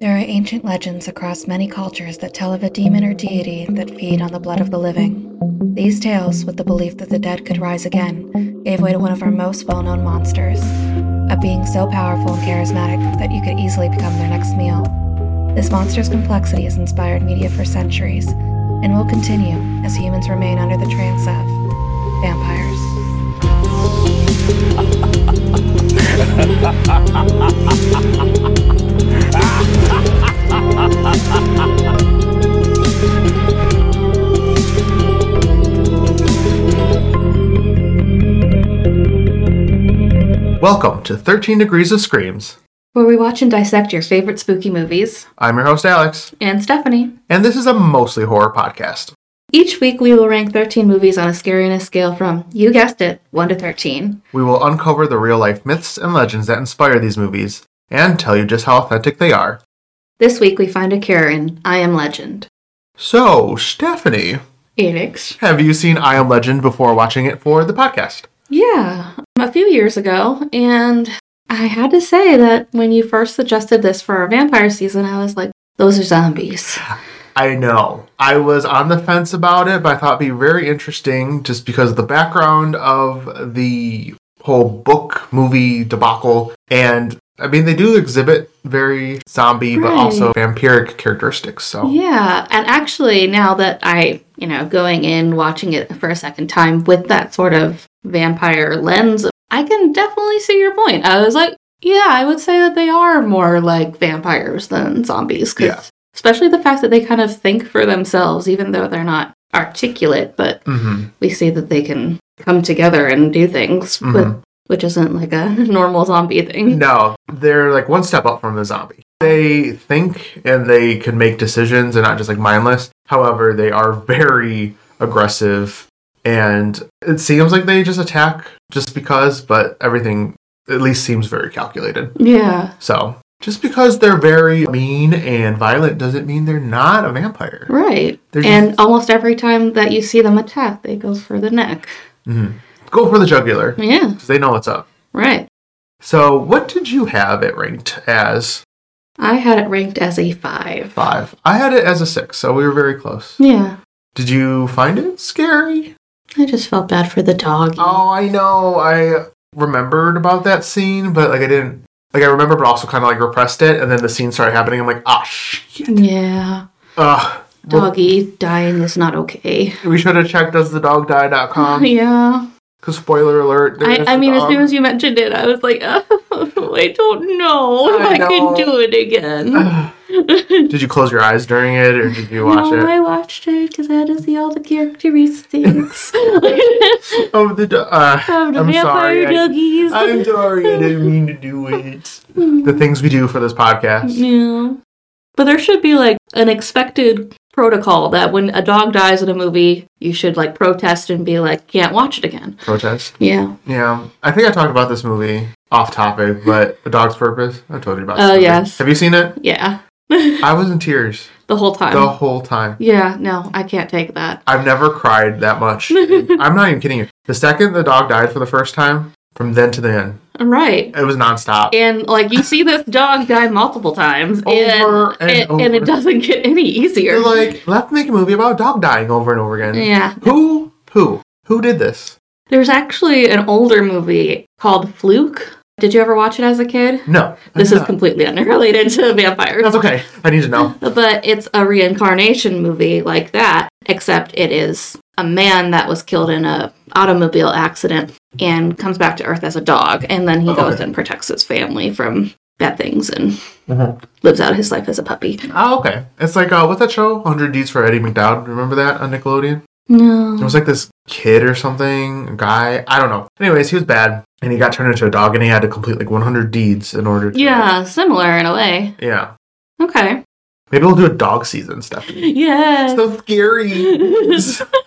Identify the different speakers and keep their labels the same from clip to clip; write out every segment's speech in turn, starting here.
Speaker 1: There are ancient legends across many cultures that tell of a demon or deity that feed on the blood of the living. These tales, with the belief that the dead could rise again, gave way to one of our most well known monsters a being so powerful and charismatic that you could easily become their next meal. This monster's complexity has inspired media for centuries and will continue as humans remain under the trance of vampires.
Speaker 2: Welcome to 13 Degrees of Screams.
Speaker 1: Where we watch and dissect your favorite spooky movies,
Speaker 2: I'm your host, Alex,
Speaker 1: and Stephanie.
Speaker 2: and this is a mostly horror podcast.
Speaker 1: Each week, we will rank 13 movies on a scariness scale from, you guessed it, 1 to 13.
Speaker 2: We will uncover the real life myths and legends that inspire these movies and tell you just how authentic they are.
Speaker 1: This week, we find a cure in I Am Legend.
Speaker 2: So, Stephanie,
Speaker 1: Alex?
Speaker 2: have you seen I Am Legend before watching it for the podcast?
Speaker 1: Yeah, a few years ago. And I had to say that when you first suggested this for our vampire season, I was like, those are zombies.
Speaker 2: I know. I was on the fence about it, but I thought it'd be very interesting just because of the background of the whole book movie debacle. And I mean, they do exhibit very zombie, but
Speaker 1: Right.
Speaker 2: also vampiric characteristics. So,
Speaker 1: Yeah, and actually, now that I, you know, going in, watching it for a second time with that sort of vampire lens, I can definitely see your point. I was like, yeah, I would say that they are more like vampires than zombies. 'cause-
Speaker 2: Yeah.
Speaker 1: Especially the fact that they kind of think for themselves, even though they're not articulate, but
Speaker 2: hmm
Speaker 1: we see that they can come together and do things, with,
Speaker 2: Mhm.
Speaker 1: which isn't like a normal zombie thing.
Speaker 2: no, they're like one step up from the zombie. They think and they can make decisions and not just like mindless. However, they are very aggressive and it seems like they just attack just because, but everything at least seems very calculated.
Speaker 1: Yeah.
Speaker 2: So, just because they're very mean and violent doesn't mean they're not a vampire.
Speaker 1: Right.
Speaker 2: They're just-
Speaker 1: And almost every time that you see them attack, they go for the neck.
Speaker 2: Mhm. Go for the jugular
Speaker 1: Yeah,
Speaker 2: because they know what's up.
Speaker 1: right.
Speaker 2: So, what did you have it ranked as?
Speaker 1: I had it ranked as a five.
Speaker 2: Five. I had it as a six, so we were very close.
Speaker 1: Yeah,
Speaker 2: Did you find it scary?
Speaker 1: I just felt bad for the dog.
Speaker 2: Oh, I know. I remembered about that scene, but like I didn't. Like I remember, but also kind of like repressed it. And then the scene started happening. I'm like, ah, shit.
Speaker 1: Yeah,
Speaker 2: Ugh. Well,
Speaker 1: doggy dying is not okay.
Speaker 2: we should have checked does the dog die.com.
Speaker 1: yeah,
Speaker 2: Because spoiler alert. there
Speaker 1: I,
Speaker 2: is
Speaker 1: I
Speaker 2: a
Speaker 1: mean, as
Speaker 2: dog.
Speaker 1: soon as you mentioned it, I was like, oh, I don't know if
Speaker 2: I
Speaker 1: I, can
Speaker 2: know.
Speaker 1: do it again.
Speaker 2: Ugh. did you close your eyes during it, or did you watch
Speaker 1: no,
Speaker 2: it?
Speaker 1: I watched it because I had to see all the characteristics
Speaker 2: Oh, the do- uh,
Speaker 1: of the
Speaker 2: I'm
Speaker 1: vampire
Speaker 2: sorry. I-
Speaker 1: doggies.
Speaker 2: I'm sorry. I didn't mean to do it. The things we do for this podcast.
Speaker 1: Yeah. But there should be like an expected protocol that when a dog dies in a movie, you should like protest and be like, can't watch it again.
Speaker 2: Protest.
Speaker 1: Yeah.
Speaker 2: Yeah, I think I talked about this movie off topic, but A Dog's Purpose. I told you about. this
Speaker 1: Oh,
Speaker 2: movie.
Speaker 1: yes.
Speaker 2: Have you seen it?
Speaker 1: Yeah.
Speaker 2: I was in tears
Speaker 1: The whole time.
Speaker 2: the whole time.
Speaker 1: Yeah, no, I can't take that.
Speaker 2: I've never cried that much. I'm not even kidding you. The second the dog died for the first time, from then to then,
Speaker 1: Right.
Speaker 2: it was nonstop.
Speaker 1: And like you see this dog die multiple times
Speaker 2: Over and
Speaker 1: and, and
Speaker 2: over.
Speaker 1: it doesn't get any easier.
Speaker 2: They're like, let's make a movie about a dog dying over and over again.
Speaker 1: yeah.
Speaker 2: Who? Who? Who did this?
Speaker 1: There's actually an older movie called Fluke. Did you ever watch it as a kid?
Speaker 2: No. I
Speaker 1: This
Speaker 2: did
Speaker 1: is
Speaker 2: not.
Speaker 1: completely unrelated to vampires.
Speaker 2: That's okay. I need to know.
Speaker 1: But it's a reincarnation movie like that, except it is a man that was killed in a automobile accident and comes back to Earth as a dog, and then he
Speaker 2: Oh,
Speaker 1: goes
Speaker 2: okay.
Speaker 1: and protects his family from bad things and
Speaker 2: Mhm.
Speaker 1: lives out his life as a puppy.
Speaker 2: Oh, okay. It's like uh, what's that show? 100 Deeds for Eddie McDowd. Remember that on Nickelodeon? It
Speaker 1: No.
Speaker 2: was like this kid or something, a guy. I don't know. Anyways, he was bad, and he got turned into a dog, and he had to complete like 100 deeds in order. to...
Speaker 1: Yeah, similar in a way.
Speaker 2: Yeah.
Speaker 1: Okay.
Speaker 2: Maybe we'll do a dog season, Stephanie.
Speaker 1: Yes.
Speaker 2: So scary.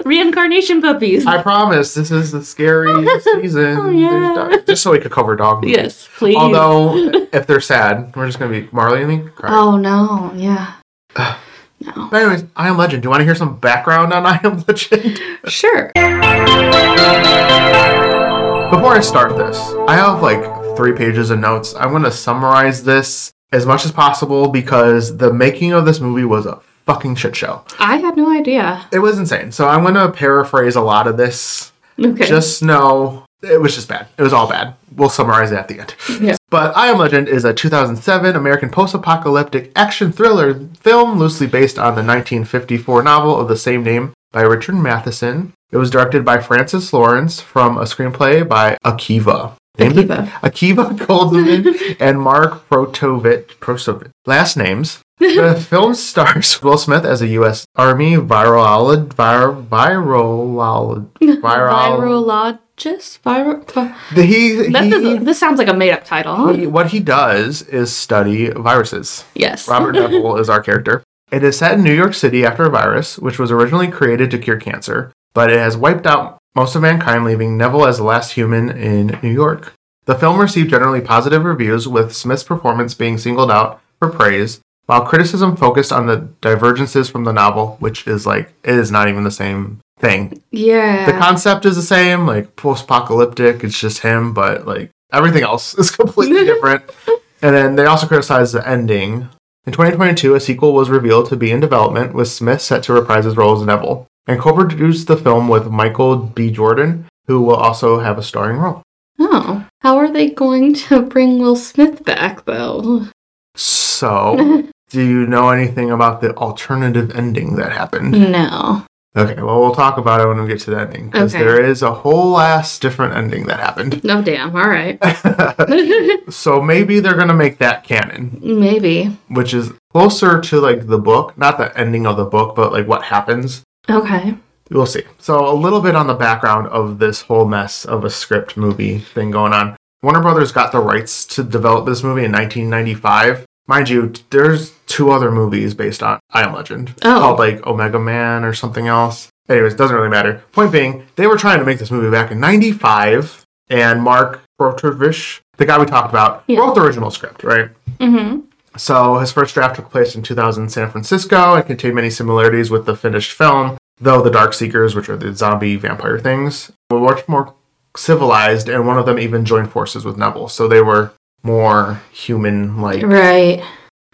Speaker 1: Reincarnation puppies.
Speaker 2: I promise this is the scary season.
Speaker 1: Oh, yeah.
Speaker 2: There's dog- Just so we could cover dog. movies.
Speaker 1: yes, please.
Speaker 2: Although, if they're sad, we're just gonna be Marley and me cry.
Speaker 1: Oh no, yeah. no.
Speaker 2: But anyways, I Am Legend. Do you want to hear some background on I Am Legend?
Speaker 1: Sure.
Speaker 2: Before I start this, I have like three pages of notes. I'm going to summarize this as much as possible because the making of this movie was a fucking shit show.
Speaker 1: I had no idea.
Speaker 2: It was insane. So I'm going to paraphrase a lot of this.
Speaker 1: Okay.
Speaker 2: Just know it was just bad. It was all bad. We'll summarize it at the end.
Speaker 1: Yeah.
Speaker 2: But I Am Legend is a 2007 American post-apocalyptic action thriller film loosely based on the 1954 novel of the same name by Richard Matheson. It was directed by Francis Lawrence from a screenplay by Akiva. Named it-
Speaker 1: Akiva.
Speaker 2: Akiva Goldsman and Mark Protovit, Prosovic. Last names. The film stars Will Smith as a U.S. Army virolog, vir, virolog, viral.
Speaker 1: Virologist? Viral.
Speaker 2: The- He,
Speaker 1: That
Speaker 2: he-
Speaker 1: doesn't- this sounds like a made up title. huh?
Speaker 2: he- what he does is study viruses.
Speaker 1: Yes.
Speaker 2: Robert Neville is our character. It is set in New York City after a virus, which was originally created to cure cancer, but it has wiped out most of mankind, leaving Neville as the last human in New York. The film received generally positive reviews, with Smith's performance being singled out for praise, while criticism focused on the divergences from the novel, which is like, it is not even the same thing.
Speaker 1: Yeah.
Speaker 2: The concept is the same, like post apocalyptic, it's just him, but like everything else is completely different. And then they also criticized the ending. In 2022, a sequel was revealed to be in development, with Smith set to reprise his role as Neville, and co produced the film with Michael B. Jordan, who will also have a starring role.
Speaker 1: oh. How are they going to bring Will Smith back, though?
Speaker 2: So, do you know anything about the alternative ending that
Speaker 1: Mm.
Speaker 2: happened?
Speaker 1: no.
Speaker 2: Okay, well, we'll talk about it when we get to the ending, because
Speaker 1: Okay.
Speaker 2: there is a whole ass different ending that happened.
Speaker 1: No, damn. All right.
Speaker 2: so, maybe they're going to make that canon.
Speaker 1: Maybe.
Speaker 2: which is closer to like the book, not the ending of the book, but like what happens.
Speaker 1: Okay.
Speaker 2: We'll see. So, a little bit on the background of this whole mess of a script movie thing going on. Warner Brothers got the rights to develop this movie in 1995. Mind you, t- there's two other movies based on I Am Legend
Speaker 1: Oh.
Speaker 2: called like Omega Man or something else. Anyways, doesn't really matter. Point being, they were trying to make this movie back in 95, and Mark Brotovich, the guy we talked about,
Speaker 1: Yeah.
Speaker 2: wrote the original script, right?
Speaker 1: Mm-hmm.
Speaker 2: So his first draft took place in 2000 in San Francisco and contained many similarities with the finished film, though the Dark Seekers, which are the zombie vampire things, were much more civilized, and one of them even joined forces with Neville. So they were more human, like
Speaker 1: Right.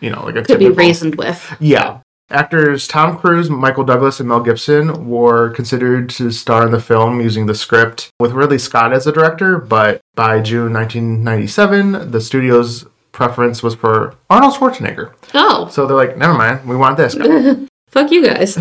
Speaker 2: you know, like a
Speaker 1: Could be
Speaker 2: typical-
Speaker 1: reasoned with.
Speaker 2: Yeah. Actors Tom Cruise, Michael Douglas, and Mel Gibson were considered to star in the film using the script, with Ridley Scott as the director, but by June 1997, the studio's preference was for Arnold Schwarzenegger.
Speaker 1: Oh.
Speaker 2: So they're like, never mind, we want this. guy."
Speaker 1: Fuck you guys.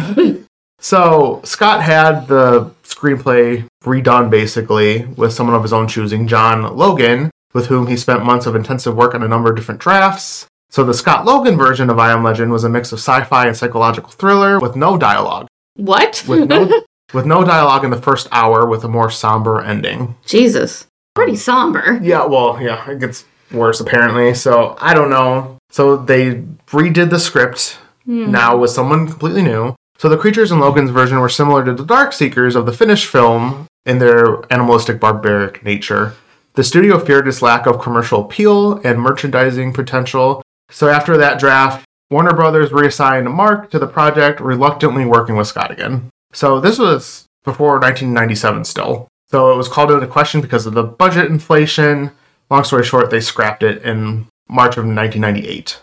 Speaker 2: so Scott had the screenplay redone basically with someone of his own choosing, John Logan, with whom he spent months of intensive work on a number of different drafts. So the Scott Logan version of I Am Legend was a mix of sci-fi and psychological thriller with no dialogue.
Speaker 1: what?
Speaker 2: With no with no dialogue in the first hour with a more somber ending.
Speaker 1: Jesus. Pretty somber.
Speaker 2: Yeah, well, yeah, it gets worse apparently. So I don't know. So they redid the script
Speaker 1: Hmm.
Speaker 2: now with someone completely new. So the creatures in Logan's version were similar to the Dark Seekers of the Finnish film in their animalistic, barbaric nature. The studio feared its lack of commercial appeal and merchandising potential. So after that draft, Warner Brothers reassigned Mark to the project, reluctantly working with Scott again. So this was before 1997 still. So it was called into question because of the budget inflation. Long story short, they scrapped it in March of 1998.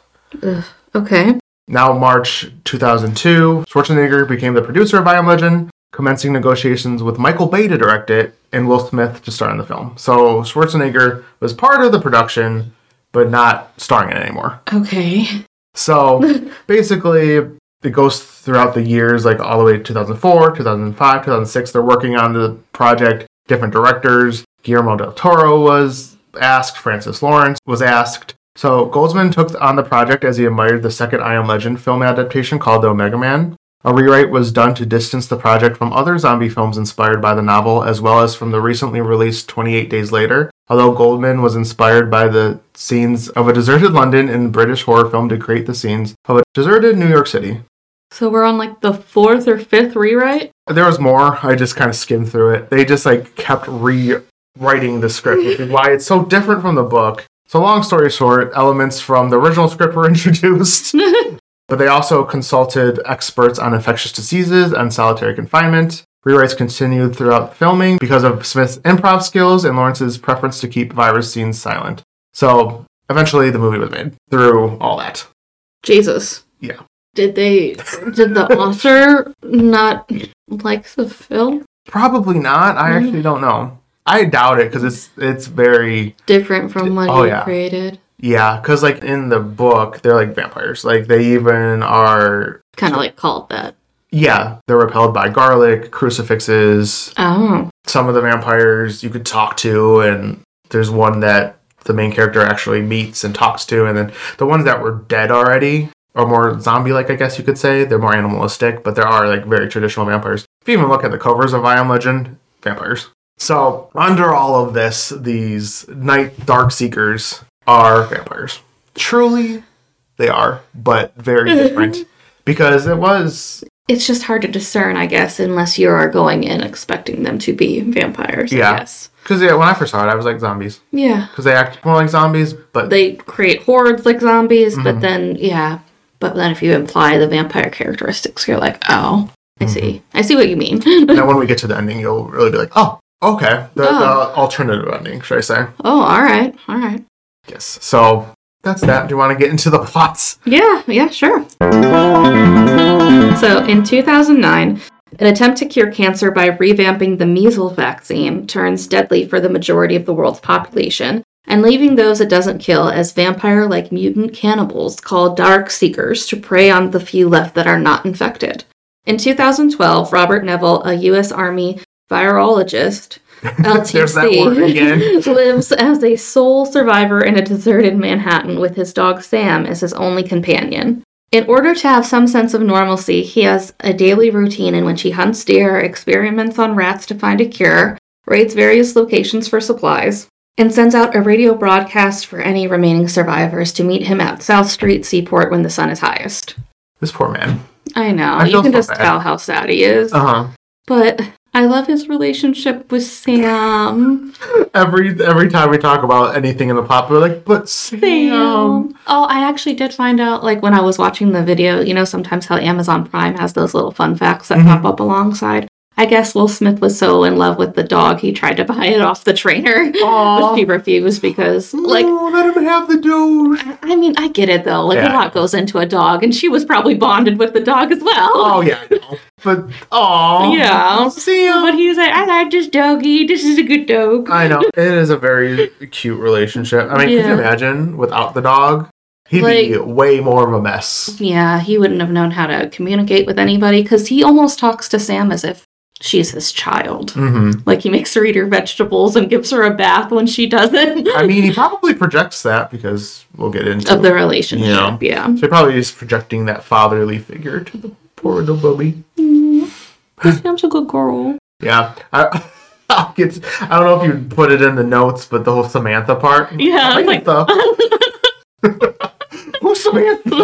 Speaker 1: Okay.
Speaker 2: Now, March 2002, Schwarzenegger became the producer of I Am Legend, commencing negotiations with Michael Bay to direct it and Will Smith to star in the film. So, Schwarzenegger was part of the production, but not starring in it anymore.
Speaker 1: Okay.
Speaker 2: So, basically, it goes throughout the years, like all the way to 2004, 2005, 2006. They're working on the project, different directors. Guillermo del Toro was asked, Francis Lawrence was asked. So Goldsman took on the project as he admired the second I Am Legend film adaptation called The Omega Man. A rewrite was done to distance the project from other zombie films inspired by the novel, as well as from the recently released 28 Days Later. Although Goldman was inspired by the scenes of a deserted London in the British horror film to create the scenes of a deserted New York City.
Speaker 1: So we're on like the fourth or fifth rewrite?
Speaker 2: There was more. I just kind of skimmed through it. They just like kept rewriting the script, which is why it's so different from the book. So, long story short, elements from the original script were introduced, but they also consulted experts on infectious diseases and solitary confinement. Rewrites continued throughout filming because of Smith's improv skills and Lawrence's preference to keep virus scenes silent. So, eventually the movie was made through all that.
Speaker 3: Jesus.
Speaker 2: Yeah.
Speaker 3: Did they? Did the author not like the film?
Speaker 2: Probably not. I actually don't know. I doubt it because it's it's very
Speaker 3: Different from what
Speaker 2: Oh,
Speaker 3: he
Speaker 2: yeah.
Speaker 3: created.
Speaker 2: yeah. Because like in the book, they're like vampires. Like they even are
Speaker 3: Kind of like called that.
Speaker 2: yeah. They're repelled by garlic crucifixes.
Speaker 3: Oh.
Speaker 2: Some of the vampires you could talk to, and there's one that the main character actually meets and talks to, and then the ones that were dead already are more zombie-like. I guess you could say they're more animalistic, but there are like very traditional vampires. If you even look at the covers of I Am Legend, vampires. So under all of this, these night dark seekers are vampires. Truly, they are, but very different because it was
Speaker 3: It's just hard to discern, I guess, unless you are going in expecting them to be vampires.
Speaker 2: Yeah.
Speaker 3: I guess.
Speaker 2: because yeah, when I first saw it, I was like zombies
Speaker 3: Yeah.
Speaker 2: because they act more like zombies, but
Speaker 3: They create hordes like zombies,
Speaker 2: Mm-hmm.
Speaker 3: but then yeah. But then if you imply the vampire characteristics, you're like, oh, I
Speaker 2: Mm-hmm.
Speaker 3: see. I see what you mean.
Speaker 2: now when we get to the ending, you'll really be like, oh, okay, the,
Speaker 3: Oh.
Speaker 2: the alternative ending, should I say?
Speaker 3: oh, all right, all right.
Speaker 2: Yes. So that's that. Do you want to get into the plots?
Speaker 3: Yeah, yeah, sure. So in 2009, an attempt to cure cancer by revamping the measles vaccine turns deadly for the majority of the world's population and leaving those it doesn't kill as vampire like mutant cannibals called dark seekers to prey on the few left that are not infected. In 2012, Robert Neville, a U.S. Army virologist, LTC,
Speaker 2: There's that word again.
Speaker 3: lives as a sole survivor in a deserted Manhattan with his dog Sam as his only companion. In order to have some sense of normalcy, he has a daily routine in which he hunts deer, experiments on rats to find a cure, raids various locations for supplies, and sends out a radio broadcast for any remaining survivors to meet him at South Street Seaport when the sun is highest.
Speaker 2: This poor man.
Speaker 3: I know.
Speaker 2: I
Speaker 3: you
Speaker 2: feel
Speaker 3: can
Speaker 2: so
Speaker 3: just
Speaker 2: bad.
Speaker 3: tell how sad he is.
Speaker 2: Uh
Speaker 3: But I love his relationship with Sam.
Speaker 2: huh. Every every time we talk about anything in the plot, we're like, but Sam.
Speaker 3: Sam. Oh, I actually did find out, like, when I was watching the video, you know, sometimes how Amazon Prime has those little fun facts that
Speaker 2: Mhm.
Speaker 3: pop up alongside. I guess Will Smith was so in love with the dog, he tried to buy it off the trainer,
Speaker 2: Aw.
Speaker 3: but she refused because, like,
Speaker 2: no, let him have the douche.
Speaker 3: I I mean, I get it though. Like,
Speaker 2: Yeah.
Speaker 3: a lot goes into a dog, and she was probably bonded with the dog as well.
Speaker 2: Oh yeah, I know. But oh
Speaker 3: Yeah.
Speaker 2: Sam.
Speaker 3: But he was like, I like this doggy. This is a good dog.
Speaker 2: I know it is a very cute relationship. I mean, could
Speaker 3: Yeah.
Speaker 2: you imagine without the dog? He'd be
Speaker 3: Like-
Speaker 2: way more of a mess.
Speaker 3: Yeah, he wouldn't have known how to communicate with anybody because he almost talks to Sam as if she's his child.
Speaker 2: hmm
Speaker 3: Like he makes her eat her vegetables and gives her a bath when she doesn't.
Speaker 2: I mean, he probably projects that because we'll get into
Speaker 3: of the relationship.
Speaker 2: Yeah.
Speaker 3: Yeah.
Speaker 2: So he probably is projecting that fatherly figure to the poor little bubby.
Speaker 3: Sam's a good girl.
Speaker 2: Yeah. I, I'll get, I don't know if you put it in the notes, but the whole Samantha part.
Speaker 3: Yeah, I was like-
Speaker 2: Samantha. Who's Samantha?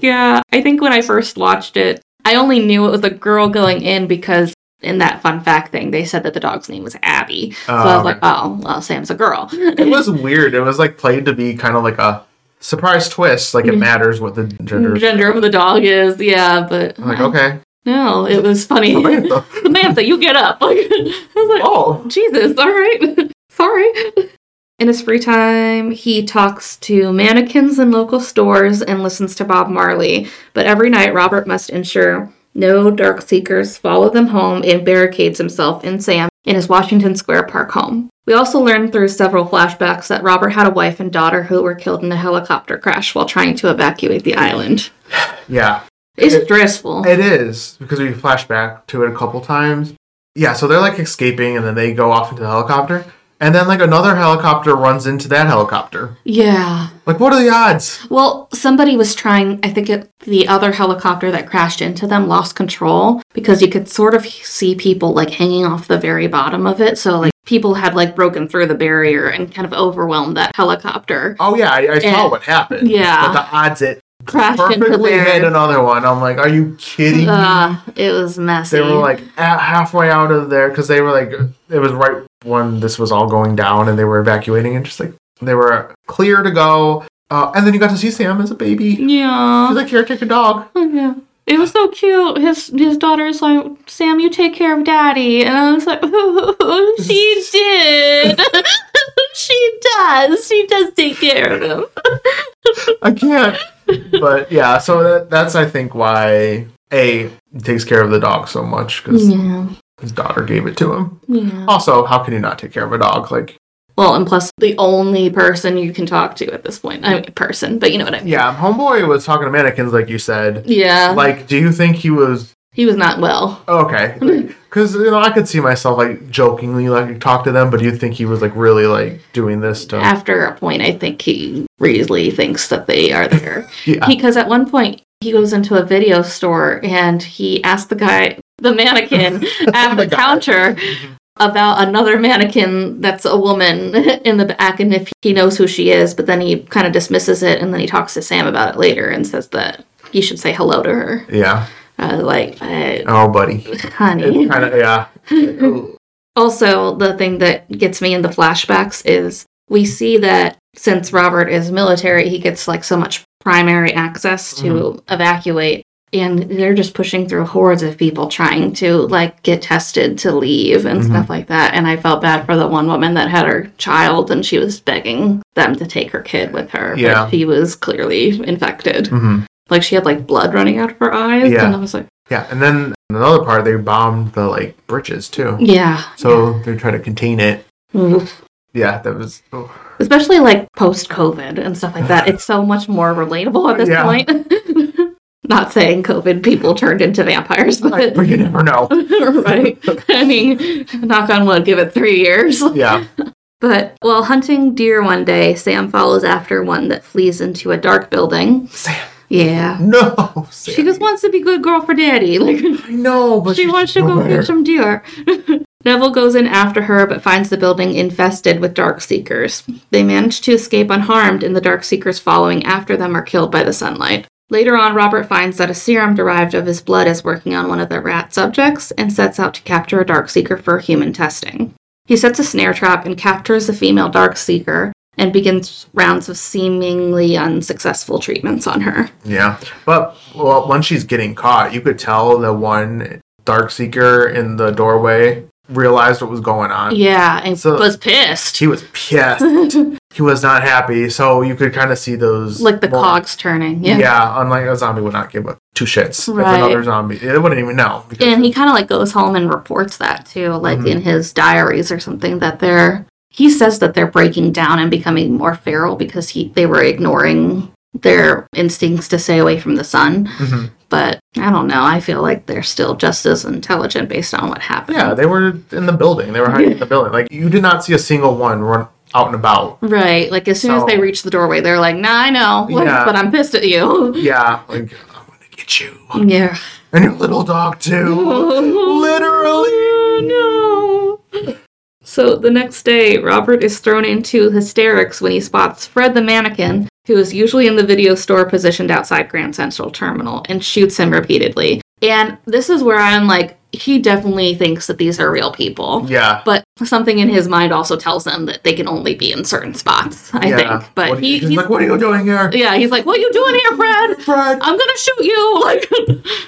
Speaker 3: yeah, I think when I first watched it, I only knew it was a girl going in because in that fun fact thing, they said that the dog's name was Abby. So I
Speaker 2: Oh,
Speaker 3: was like, oh, well, Sam's a girl.
Speaker 2: it was weird. It was like played to be kind of like a surprise twist. Like it
Speaker 3: Mm-hmm.
Speaker 2: matters what the gender is.
Speaker 3: Gender of the dog is, yeah, but
Speaker 2: I'm like, okay.
Speaker 3: no, it was funny.
Speaker 2: Samantha.
Speaker 3: Samantha, you get up. Like, I was like,
Speaker 2: Oh.
Speaker 3: Jesus, all right. Sorry. In his free time, he talks to mannequins in local stores and listens to Bob Marley. But every night, Robert must ensure no dark seekers follow them home and barricades himself and Sam in his Washington Square Park home. We also learn through several flashbacks that Robert had a wife and daughter who were killed in a helicopter crash while trying to evacuate the island.
Speaker 2: Yeah.
Speaker 3: It's
Speaker 2: It-
Speaker 3: stressful.
Speaker 2: It is because we flash back to it a couple times. Yeah, so they're like escaping and then they go off into the helicopter. And then like another helicopter runs into that helicopter.
Speaker 3: yeah.
Speaker 2: Like what are the odds?
Speaker 3: Well, somebody was trying, I think it, the other helicopter that crashed into them lost control because you could sort of see people like hanging off the very bottom of it. So, like, people had like broken through the barrier and kind of overwhelmed that helicopter.
Speaker 2: Oh yeah, I, I saw
Speaker 3: Yeah.
Speaker 2: what happened.
Speaker 3: Yeah.
Speaker 2: But the odds it
Speaker 3: Crashed into
Speaker 2: perfectly hit
Speaker 3: there.
Speaker 2: another one. I'm like, are you kidding me?
Speaker 3: Uh, it was messy.
Speaker 2: They were like at halfway out of there because they were like it was right when this was all going down and they were evacuating and just like they were clear to go. Uh, and then you got to see Sam as a baby.
Speaker 3: yeah.
Speaker 2: She's like, here, take your dog.
Speaker 3: Oh, yeah. It was so cute. His his daughter's like, Sam, you take care of daddy. And I was like, she did. she does. She does take care of him.
Speaker 2: I can't. But yeah, so that, that's I think why A takes care of the dog so much because
Speaker 3: Yeah.
Speaker 2: his daughter gave it to him.
Speaker 3: Yeah.
Speaker 2: Also, how can you not take care of a dog? Like,
Speaker 3: Well, and plus the only person you can talk to at this point. I mean, person, but you know what I mean.
Speaker 2: yeah, homeboy was talking to mannequins, like you said.
Speaker 3: Yeah.
Speaker 2: Like, do you think he was
Speaker 3: he was not well.
Speaker 2: okay? Because you know, I could see myself like jokingly like talk to them, but do you think he was like really like doing this to?
Speaker 3: After a point, I think he really thinks that they are there.
Speaker 2: yeah,
Speaker 3: because at one point he goes into a video store and he asks the guy the mannequin at the,
Speaker 2: The guy. Mm-hmm.
Speaker 3: counter about another mannequin that's a woman in the back and if he knows who she is but then he kind of dismisses it and then he talks to sam about it later and says that he should say hello to her
Speaker 2: yeah.
Speaker 3: uh, like uh,
Speaker 2: Oh, buddy,
Speaker 3: honey
Speaker 2: it's kind of yeah. Mm-hmm.
Speaker 3: also the thing that gets me in the flashbacks is we see that since robert is military he gets like so much primary access to
Speaker 2: Mm-hmm.
Speaker 3: evacuate and they're just pushing through hordes of people trying to like get tested to leave and
Speaker 2: Mhm.
Speaker 3: stuff like that and i felt bad for the one woman that had her child and she was begging them to take her kid with her
Speaker 2: Yeah.
Speaker 3: but she was clearly infected
Speaker 2: hmm
Speaker 3: like she had like blood running out of her eyes
Speaker 2: Yeah.
Speaker 3: and i was like
Speaker 2: Yeah, and then another part they bombed the like bridges too.
Speaker 3: yeah
Speaker 2: So they're trying to contain it.
Speaker 3: Oof.
Speaker 2: Yeah, that was oh.
Speaker 3: especially like post COVID and stuff like that. It's so much more relatable at this
Speaker 2: Yeah.
Speaker 3: point. Not saying COVID people turned into vampires,
Speaker 2: I,
Speaker 3: but
Speaker 2: but you never know.
Speaker 3: right. I mean, knock on wood, give it three years.
Speaker 2: Yeah.
Speaker 3: But while hunting deer one day, Sam follows after one that flees into a dark building.
Speaker 2: Sam.
Speaker 3: Yeah.
Speaker 2: No. Sam.
Speaker 3: She just wants to be good girl for daddy. Like
Speaker 2: I know, but
Speaker 3: she
Speaker 2: she's
Speaker 3: wants to go
Speaker 2: nowhere.
Speaker 3: get some deer. Neville goes in after her but finds the building infested with dark seekers. They manage to escape unharmed and the dark seekers following after them are killed by the sunlight. Later on, Robert finds that a serum derived of his blood is working on one of the rat subjects and sets out to capture a dark seeker for human testing. He sets a snare trap and captures the female dark seeker and begins rounds of seemingly unsuccessful treatments on her.
Speaker 2: Yeah, but well, once she's getting caught, you could tell the one dark seeker in the doorway realized what was going on.
Speaker 3: Yeah, and
Speaker 2: So-
Speaker 3: was pissed.
Speaker 2: He was pissed. he was not happy. So you could kind of see those
Speaker 3: like the
Speaker 2: more-
Speaker 3: cogs turning.
Speaker 2: Yeah.
Speaker 3: Yeah.
Speaker 2: unlike a zombie would not give a two shits
Speaker 3: Right.
Speaker 2: if another zombie. It wouldn't even know. because-
Speaker 3: And he kind of like goes home and reports that too, like
Speaker 2: Mhm.
Speaker 3: in his diaries or something that they're he says that they're breaking down and becoming more feral because he they were ignoring their instincts to stay away from the sun.
Speaker 2: Mhm.
Speaker 3: But I don't know. I feel like they're still just as intelligent based on what happened.
Speaker 2: Yeah, they were in the building. They were hiding in the building. Like you did not see a single one run out and about.
Speaker 3: Right. Like as soon as they
Speaker 2: So-
Speaker 3: reach the doorway, they're like, "Nah, I know, like,
Speaker 2: Yeah.
Speaker 3: but I'm pissed at you."
Speaker 2: Yeah, like I'm gonna get you
Speaker 3: Yeah.
Speaker 2: and your little dog too. Literally.
Speaker 3: no. So the next day, Robert is thrown into hysterics when he spots Fred the mannequin, who is usually in the video store positioned outside Grand Central Terminal, and shoots him repeatedly. And this is where I'm like, he definitely thinks that these are real people.
Speaker 2: Yeah.
Speaker 3: But something in his mind also tells him that they can only be in certain spots, I
Speaker 2: yeah.
Speaker 3: think. But
Speaker 2: What are you-
Speaker 3: he,
Speaker 2: he's
Speaker 3: he's,
Speaker 2: like, "What are you doing here,
Speaker 3: yeah, he's like, what you doing here, Fred?
Speaker 2: Fred?
Speaker 3: I'm gonna shoot you! Like,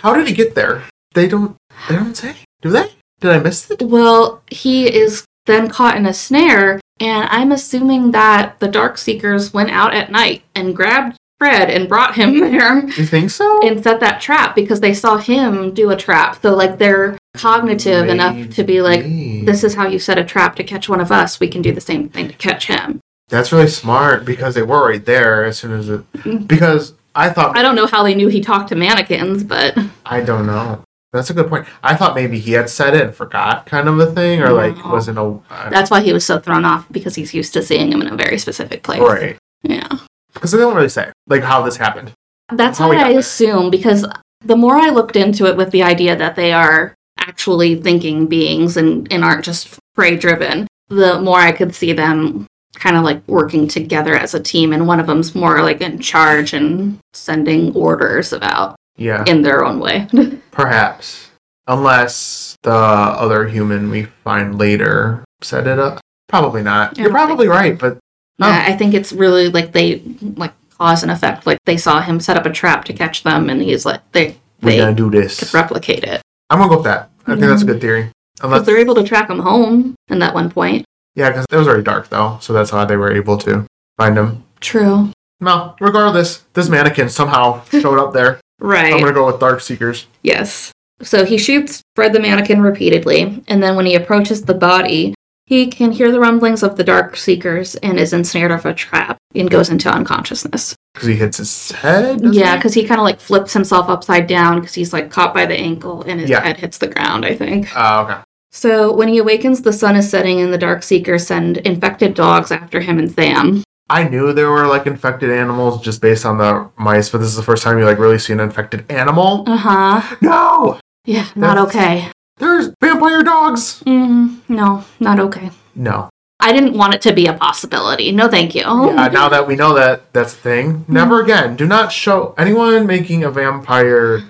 Speaker 2: How did he get there? They don't. They don't say. Do they? Did I miss it?
Speaker 3: Well, he is then caught in a snare, and I'm assuming that the Dark Seekers went out at night and grabbed Fred and brought him there
Speaker 2: You think so?
Speaker 3: and set that trap because they saw him do a trap. So, like, they're cognitive enough to be like,
Speaker 2: Maybe.
Speaker 3: this is how you set a trap to catch one of us. We can do the same thing to catch him.
Speaker 2: That's really smart because they were right there as soon as it. Because I thought
Speaker 3: Mm-hmm. I don't know how they knew he talked to mannequins, but
Speaker 2: I don't know. That's a good point. I thought maybe he had said it and forgot, kind of a thing, or like
Speaker 3: No.
Speaker 2: wasn't a I-
Speaker 3: that's why he was so thrown off because he's used to seeing him in a very specific place.
Speaker 2: right
Speaker 3: Yeah.
Speaker 2: because they don't really say like how this happened.
Speaker 3: That's
Speaker 2: How
Speaker 3: what
Speaker 2: we got
Speaker 3: I
Speaker 2: there.
Speaker 3: assume because the more I looked into it with the idea that they are actually thinking beings and, and aren't just prey driven, the more I could see them kind of like working together as a team and one of them's more like in charge and sending orders about
Speaker 2: Yeah,
Speaker 3: in their own way.
Speaker 2: perhaps unless the other human we find later set it up. Probably not.
Speaker 3: I
Speaker 2: You're
Speaker 3: don't think
Speaker 2: probably
Speaker 3: so.
Speaker 2: right, but Huh.
Speaker 3: Yeah, I think it's really like they like cause and effect. Like they saw him set up a trap to catch them and he's like they
Speaker 2: we're
Speaker 3: they
Speaker 2: gonna do this.
Speaker 3: could Mm-hmm. replicate it.
Speaker 2: I'm gonna go with that. I think that's a good theory.
Speaker 3: Because
Speaker 2: Unless
Speaker 3: they're able to track him home in that one point.
Speaker 2: Yeah, because it was already dark though, so that's how they were able to find him.
Speaker 3: True.
Speaker 2: Well, regardless, this mannequin somehow showed up there.
Speaker 3: Right.
Speaker 2: I'm gonna go with Dark Seekers.
Speaker 3: Yes. So he shoots Fred the mannequin repeatedly, and then when he approaches the body, he can hear the rumblings of the Dark Seekers and is ensnared of a trap and goes into unconsciousness.
Speaker 2: Because he hits his head.
Speaker 3: Yeah,
Speaker 2: doesn't
Speaker 3: 'cause yeah,
Speaker 2: he?
Speaker 3: because he kind of like flips himself upside down because he's like caught by the ankle and his
Speaker 2: Yeah.
Speaker 3: head hits the ground, I think.
Speaker 2: Ah, okay.
Speaker 3: So when he awakens, the sun is setting and the Dark Seekers send infected dogs after him and Tham.
Speaker 2: I knew there were like infected animals just based on the mice, but this is the first time you like really see an infected animal.
Speaker 3: Uh huh.
Speaker 2: No,
Speaker 3: Yeah, not
Speaker 2: Uh-huh. That's-
Speaker 3: okay.
Speaker 2: there's vampire dogs.
Speaker 3: Mm, no, not okay.
Speaker 2: No.
Speaker 3: I didn't want it to be a possibility. No, thank you.
Speaker 2: Yeah, now that we know that that's a thing, never
Speaker 3: Hmm.
Speaker 2: again. Do not show anyone making a vampire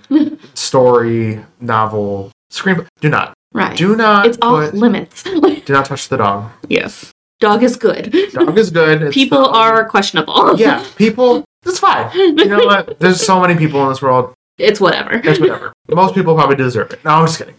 Speaker 2: story novel screenplay. Do not.
Speaker 3: Right.
Speaker 2: Do not.
Speaker 3: it's all
Speaker 2: put-
Speaker 3: limits.
Speaker 2: do not touch the dog.
Speaker 3: yes. Dog is good.
Speaker 2: Dog is good. It's
Speaker 3: People
Speaker 2: the-
Speaker 3: are questionable.
Speaker 2: Yeah, people. It's fine. You know what? There's so many people in this world.
Speaker 3: It's whatever.
Speaker 2: It's whatever. Most people probably deserve it. No, I'm just kidding.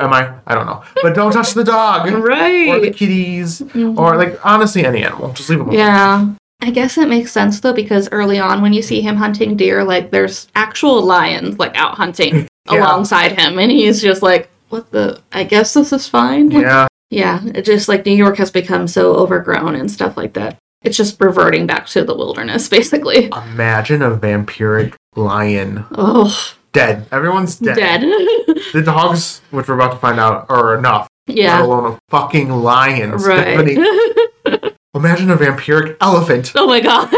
Speaker 2: Am I? I don't know. But don't touch the dog or the
Speaker 3: right.
Speaker 2: kitties
Speaker 3: Mhm.
Speaker 2: or like honestly any animal. Just leave them. alone.
Speaker 3: yeah. I guess it makes sense though because early on when you see him hunting deer, like there's actual lions like out hunting
Speaker 2: Yeah.
Speaker 3: alongside him and he's just like, What the I guess this is fine. Like,
Speaker 2: Yeah.
Speaker 3: yeah. It just like New York has become so overgrown and stuff like that. It's just reverting back to the wilderness, basically.
Speaker 2: Imagine a vampiric lion
Speaker 3: Oh,
Speaker 2: dead. Everyone's dead.
Speaker 3: dead.
Speaker 2: The dogs, which we're about to find out, are enough. Let
Speaker 3: yeah.
Speaker 2: alone a fucking lion.
Speaker 3: Right.
Speaker 2: Stephanie. Imagine a vampiric elephant.
Speaker 3: oh my god.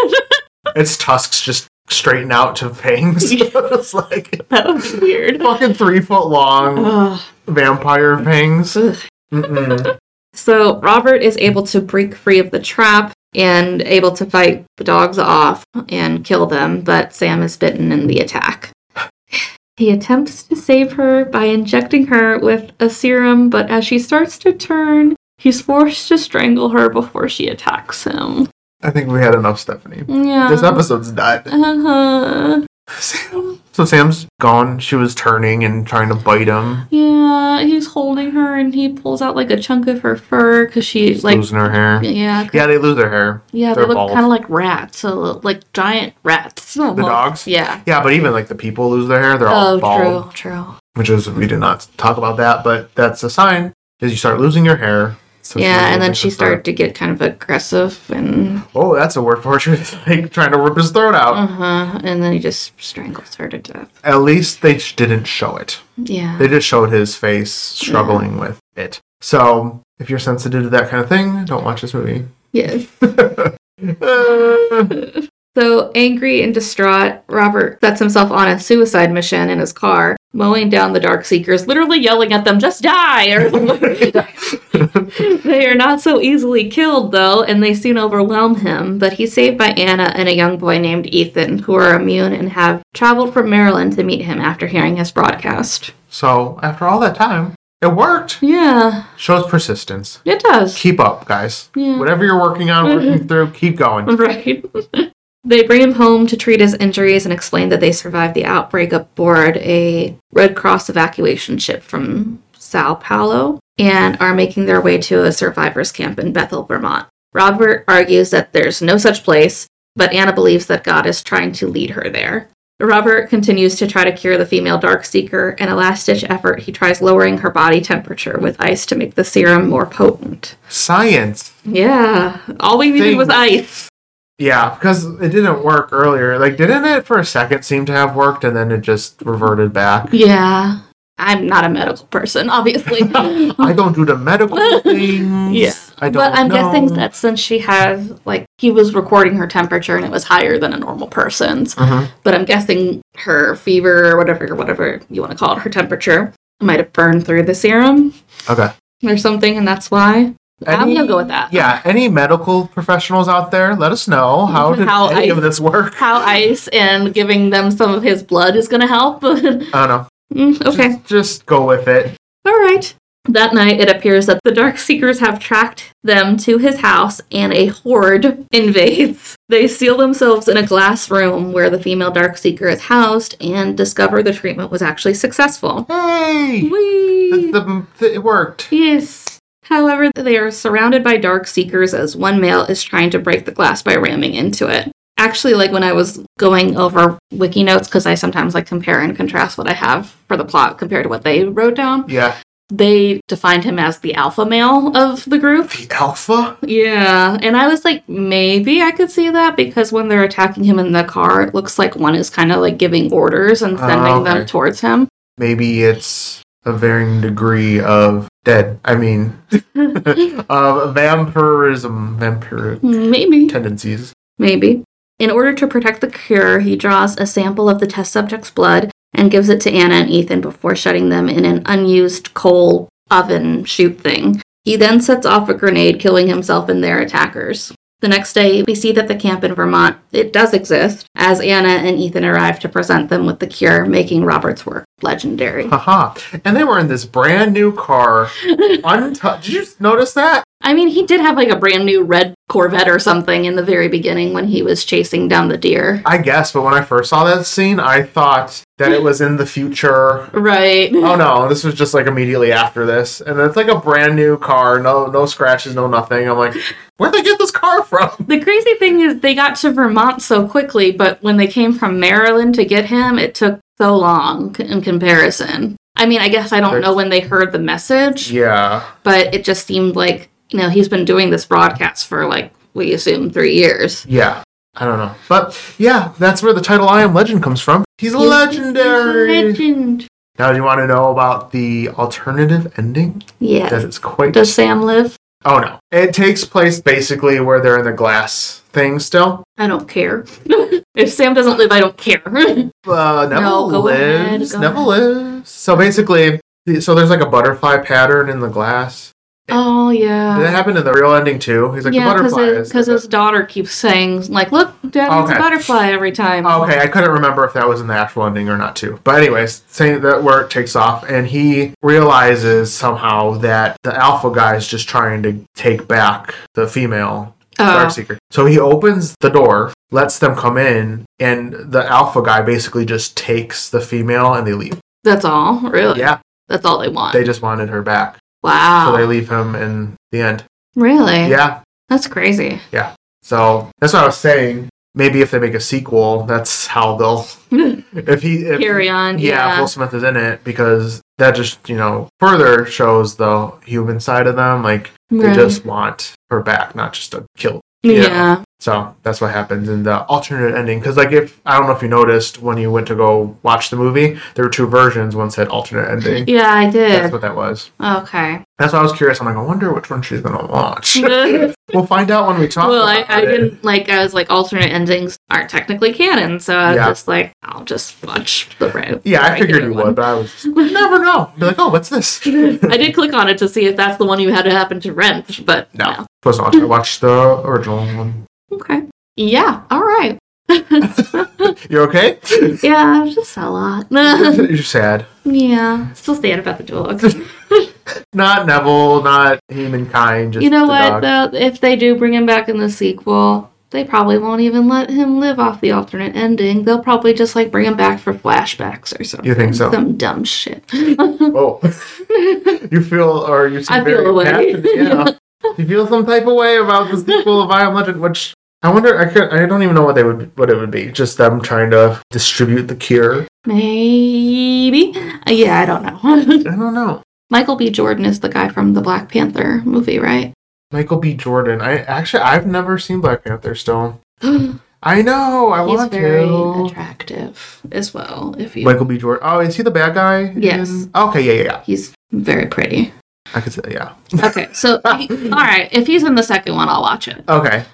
Speaker 2: Its tusks just straighten out to fangs. it's like
Speaker 3: that would be weird.
Speaker 2: fucking three foot long
Speaker 3: Ugh.
Speaker 2: vampire fangs.
Speaker 3: Uh. Ugh.
Speaker 2: Mm-mm.
Speaker 3: So Robert is able to break free of the trap and able to fight the dogs off and kill them, but Sam is bitten in the attack. He attempts to save her by injecting her with a serum, but as she starts to turn, he's forced to strangle her before she attacks him.
Speaker 2: I think we had enough, Stephanie.
Speaker 3: Yeah.
Speaker 2: This episode's done.
Speaker 3: Uh-huh.
Speaker 2: Sam. So Sam's gone. She was turning and trying to bite him.
Speaker 3: Yeah, he's holding her and he pulls out like a chunk of her fur because she
Speaker 2: She's
Speaker 3: like
Speaker 2: losing her hair.
Speaker 3: yeah 'cause-
Speaker 2: Yeah, they lose their hair.
Speaker 3: yeah they
Speaker 2: they're
Speaker 3: look
Speaker 2: bald.
Speaker 3: kind of like rats so like giant rats
Speaker 2: The dogs.
Speaker 3: yeah
Speaker 2: Yeah, but even like the people lose their hair. They're all
Speaker 3: oh
Speaker 2: bald.
Speaker 3: true true
Speaker 2: which is we did not talk about that, but that's a sign is you start losing your hair. So
Speaker 3: yeah and then
Speaker 2: like,
Speaker 3: she started to get kind of aggressive and
Speaker 2: Oh, that's a word for it. She's like trying to rip his throat out.
Speaker 3: uh-huh and then he just strangles her to death
Speaker 2: At least they sh- didn't show it.
Speaker 3: yeah
Speaker 2: They just showed his face struggling with it. So if you're sensitive to that kind of thing, don't watch this movie.
Speaker 3: yeah
Speaker 2: Uh,
Speaker 3: so angry and distraught robert sets himself on a suicide mission in his car mowing down the dark seekers literally yelling at them just die or they are not so easily killed, though, and they soon overwhelm him. But he's saved by Anna and a young boy named Ethan, who are immune and have traveled from Maryland to meet him after hearing his broadcast.
Speaker 2: so after all that time, it worked.
Speaker 3: Yeah,
Speaker 2: Shows persistence.
Speaker 3: it does.
Speaker 2: Keep up, guys.
Speaker 3: Yeah. Mm-hmm.
Speaker 2: Whatever you're working on, working through, keep going.
Speaker 3: Right. they bring him home to treat his injuries and explain that they survived the outbreak aboard a Red Cross evacuation ship from Sao Paulo and are making their way to a survivors camp in Bethel, Vermont. Robert argues that there's no such place, but Anna believes that God is trying to lead her there. Robert continues to try to cure the female dark seeker. In a last ditch effort, he tries lowering her body temperature with ice to make the serum more potent.
Speaker 2: Science.
Speaker 3: Yeah, all we needed was
Speaker 2: Thing-
Speaker 3: ice.
Speaker 2: Yeah, because it didn't work earlier. Like, didn't it for a second seem to have worked and then it just reverted back?
Speaker 3: Yeah. I'm not a medical person, obviously.
Speaker 2: I don't do the medical things.
Speaker 3: yeah.
Speaker 2: I don't
Speaker 3: but I'm
Speaker 2: know.
Speaker 3: guessing that since she has, like, he was recording her temperature and it was higher than a normal person's.
Speaker 2: Mhm.
Speaker 3: But I'm guessing her fever or whatever, whatever you want to call it, her temperature might have burned through the serum
Speaker 2: Okay.
Speaker 3: or something, and that's why. I'm
Speaker 2: Any-
Speaker 3: going to go with that.
Speaker 2: Yeah, any medical professionals out there, let us know how did
Speaker 3: How
Speaker 2: any
Speaker 3: I-
Speaker 2: of this work.
Speaker 3: How ice and giving them some of his blood is going to help. Mm,
Speaker 2: I don't know.
Speaker 3: okay.
Speaker 2: Just, just go with it.
Speaker 3: All right. That night, it appears that the Dark Seekers have tracked them to his house and a horde invades. They seal themselves in a glass room where the female Dark Seeker is housed and discover the treatment was actually successful.
Speaker 2: Hey,
Speaker 3: Whee!
Speaker 2: the, the- it worked.
Speaker 3: Yes. However, they are surrounded by dark seekers as one male is trying to break the glass by ramming into it. Actually, like when I was going over wiki notes, because I sometimes like compare and contrast what I have for the plot compared to what they wrote down,
Speaker 2: Yeah.
Speaker 3: they defined him as the alpha male of the group.
Speaker 2: The alpha?
Speaker 3: Yeah, and I was like, maybe I could see that because when they're attacking him in the car, it looks like one is kind of like giving orders and
Speaker 2: Oh,
Speaker 3: sending
Speaker 2: okay.
Speaker 3: them towards him.
Speaker 2: Maybe it's a varying degree of dead. I mean, of vampirism, vampiric
Speaker 3: Maybe.
Speaker 2: tendencies.
Speaker 3: Maybe. In order to protect the cure, he draws a sample of the test subject's blood and gives it to Anna and Ethan before shutting them in an unused coal oven shoot thing. He then sets off a grenade, killing himself and their attackers. The next day, we see that the camp in Vermont, it does exist, as Anna and Ethan arrive to present them with the cure, making Robert's work legendary.
Speaker 2: Haha. And they were in this brand new car, untouched. Did you notice that?
Speaker 3: I mean, he did have like a brand new red Corvette or something in the very beginning when he was chasing down the deer.
Speaker 2: I guess, but when I first saw that scene, I thought that it was in the future.
Speaker 3: Right.
Speaker 2: Oh no, this was just like immediately after this. And it's like a brand new car, no no scratches, no nothing. I'm like, where'd they get this car from?
Speaker 3: The crazy thing is, they got to Vermont so quickly, but when they came from Maryland to get him, it took so long c- in comparison. I mean, I guess I don't know when they heard the message,
Speaker 2: Yeah.
Speaker 3: but it just seemed like, you know, he's been doing this broadcast for like, we assume, three years.
Speaker 2: Yeah. I don't know. But yeah, that's where the title I Am Legend comes from. He's legendary.
Speaker 3: Legend.
Speaker 2: Now, do you want to know about the alternative ending? That
Speaker 3: Yeah.
Speaker 2: it's quite.
Speaker 3: Does Sam live?
Speaker 2: Oh no. It takes place basically where they're in the glass thing still.
Speaker 3: I don't care. if Sam doesn't live, I don't care.
Speaker 2: Uh, Neville
Speaker 3: No, go ahead,
Speaker 2: lives.
Speaker 3: go
Speaker 2: Neville lives. So basically, the- so there's like a butterfly pattern in the glass.
Speaker 3: oh,
Speaker 2: Did that
Speaker 3: yeah.
Speaker 2: happen in the real ending too? He's like
Speaker 3: yeah,
Speaker 2: the butterfly. is-
Speaker 3: because his daughter keeps saying, like, look, Dad, it's
Speaker 2: Okay.
Speaker 3: a butterfly every time.
Speaker 2: Okay, I couldn't remember if that was in the actual ending or not too. But anyways, saying that where it takes off, and he realizes somehow that the alpha guy is just trying to take back the female
Speaker 3: Oh.
Speaker 2: Darkseeker. So he opens the door, lets them come in, and the alpha guy basically just takes the female and they leave.
Speaker 3: That's all, really.
Speaker 2: Yeah,
Speaker 3: That's all they want.
Speaker 2: they just wanted her back.
Speaker 3: wow.
Speaker 2: So they leave him in the end.
Speaker 3: really?
Speaker 2: Yeah.
Speaker 3: That's crazy.
Speaker 2: So that's what I was saying. Maybe if they make a sequel, that's how they'll. If he. If,
Speaker 3: Carry on.
Speaker 2: Yeah, if
Speaker 3: Yeah.
Speaker 2: Will Smith is in it because that just, you know, further shows the human side of them. Like, they
Speaker 3: Right.
Speaker 2: just want her back, not just to kill.
Speaker 3: yeah.
Speaker 2: yeah. So that's what happens in the alternate ending. Because, like, if I don't know if you noticed when you went to go watch the movie, there were two versions. One said alternate ending.
Speaker 3: Yeah, I
Speaker 2: That's
Speaker 3: did.
Speaker 2: what that was.
Speaker 3: Okay.
Speaker 2: That's why I was curious. I'm like, I wonder which one she's gonna watch.
Speaker 3: well,
Speaker 2: We'll find out when we talk.
Speaker 3: I,
Speaker 2: about
Speaker 3: I
Speaker 2: it.
Speaker 3: didn't like. I was like, alternate endings aren't technically canon, so I was
Speaker 2: Yeah.
Speaker 3: just like, I'll just watch the right.
Speaker 2: Yeah,
Speaker 3: the
Speaker 2: I figured you
Speaker 3: regular
Speaker 2: would, but I was just, you never know. Be like, oh, what's this?
Speaker 3: one. I did click on it to see if that's the one you had to happen to rent, but
Speaker 2: No, was not. I watched the original one.
Speaker 3: no. Okay. Yeah. All right.
Speaker 2: You okay?
Speaker 3: Yeah, it's just a lot.
Speaker 2: You're sad.
Speaker 3: yeah. Still sad about the dog.
Speaker 2: Not Neville, not humankind. Just
Speaker 3: you know
Speaker 2: the
Speaker 3: what
Speaker 2: dog.
Speaker 3: though if they do bring him back in the sequel they probably won't even let him live off the alternate ending they'll probably just like bring him back for flashbacks or something
Speaker 2: You think so?
Speaker 3: some dumb shit
Speaker 2: Oh, you feel or you seem
Speaker 3: I feel
Speaker 2: very
Speaker 3: a way.
Speaker 2: passionate, yeah. you feel some type of way about the sequel of I Am Legend, which I wonder. I could. I don't even know what they would. What it would be. Just them trying to distribute the cure.
Speaker 3: maybe Uh, yeah i don't know
Speaker 2: I don't know.
Speaker 3: michael b jordan is the guy from the black panther movie right
Speaker 2: Michael B. Jordan. I actually I've never seen Black Panther. Still,
Speaker 3: he's
Speaker 2: I know. I want
Speaker 3: very
Speaker 2: to.
Speaker 3: attractive as well if you
Speaker 2: Michael B. Jordan. Oh, is he the bad guy?
Speaker 3: Yes.
Speaker 2: in- Okay, yeah, yeah, yeah.
Speaker 3: he's very pretty
Speaker 2: I could say, yeah.
Speaker 3: okay so he- all right if he's in the second one i'll watch it
Speaker 2: Okay.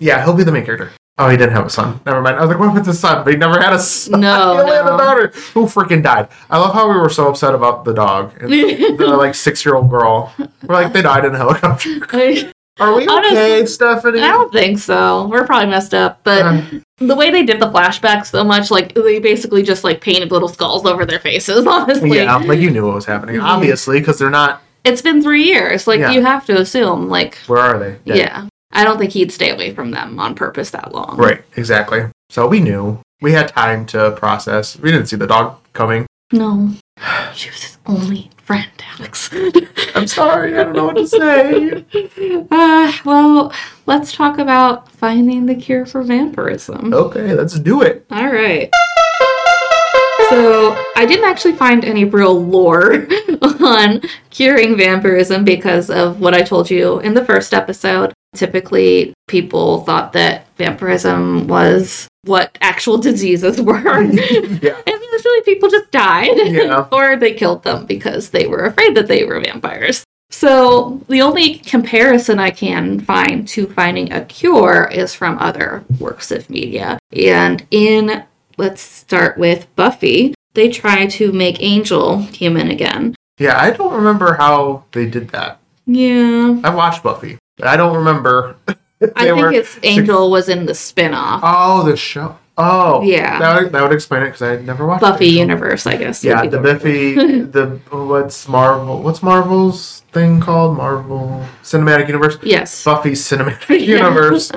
Speaker 2: Yeah, he'll be the main character. Oh, he didn't have a son. Never mind. I was like, what if it's a son? But he never had a son.
Speaker 3: No,
Speaker 2: he only had
Speaker 3: no.
Speaker 2: a daughter who freaking died. I love how we were so upset about the dog. And the like six year old girl. We're like, they died in a helicopter. Are we
Speaker 3: Honestly,
Speaker 2: okay, Stephanie?
Speaker 3: I don't think so. We're probably messed up, but
Speaker 2: Uh.
Speaker 3: the way they did the flashback so much, like they basically just like painted little skulls over their faces. Honestly,
Speaker 2: yeah, like you knew what was happening,
Speaker 3: Yeah.
Speaker 2: obviously, because they're not.
Speaker 3: it's been three years. Like
Speaker 2: Yeah.
Speaker 3: you have to assume, like
Speaker 2: Where are they?
Speaker 3: yeah.
Speaker 2: Dead.
Speaker 3: I don't think he'd stay away from them on purpose that long.
Speaker 2: Right, exactly. So we knew. We had time to process. We didn't see the dog coming.
Speaker 3: No, she was his only friend, Alex.
Speaker 2: I'm sorry, I don't know what to say.
Speaker 3: uh, well, let's talk about finding the cure for vampirism.
Speaker 2: Okay, let's do it.
Speaker 3: All right. So, I didn't actually find any real lore on curing vampirism because of what I told you in the first episode. Typically, people thought that vampirism was what actual diseases were.
Speaker 2: yeah.
Speaker 3: And usually people just died.
Speaker 2: Yeah.
Speaker 3: or they killed them because they were afraid that they were vampires. So the only comparison I can find to finding a cure is from other works of media. And in, let's start with Buffy, they try to make Angel human again.
Speaker 2: Yeah, I don't remember how they did that.
Speaker 3: Yeah.
Speaker 2: I watched Buffy. but I don't remember.
Speaker 3: I
Speaker 2: They
Speaker 3: think
Speaker 2: were-
Speaker 3: it's Angel was in the spin-off.
Speaker 2: Oh, the show. Oh,
Speaker 3: Yeah.
Speaker 2: That would, that would explain it because I had never watched
Speaker 3: Buffy
Speaker 2: Angel.
Speaker 3: universe, I guess. would
Speaker 2: Yeah,
Speaker 3: be
Speaker 2: the Buffy. the what's Marvel? What's Marvel's thing called? Marvel Cinematic Universe.
Speaker 3: Yes.
Speaker 2: Buffy's Cinematic
Speaker 3: Yeah.
Speaker 2: Universe.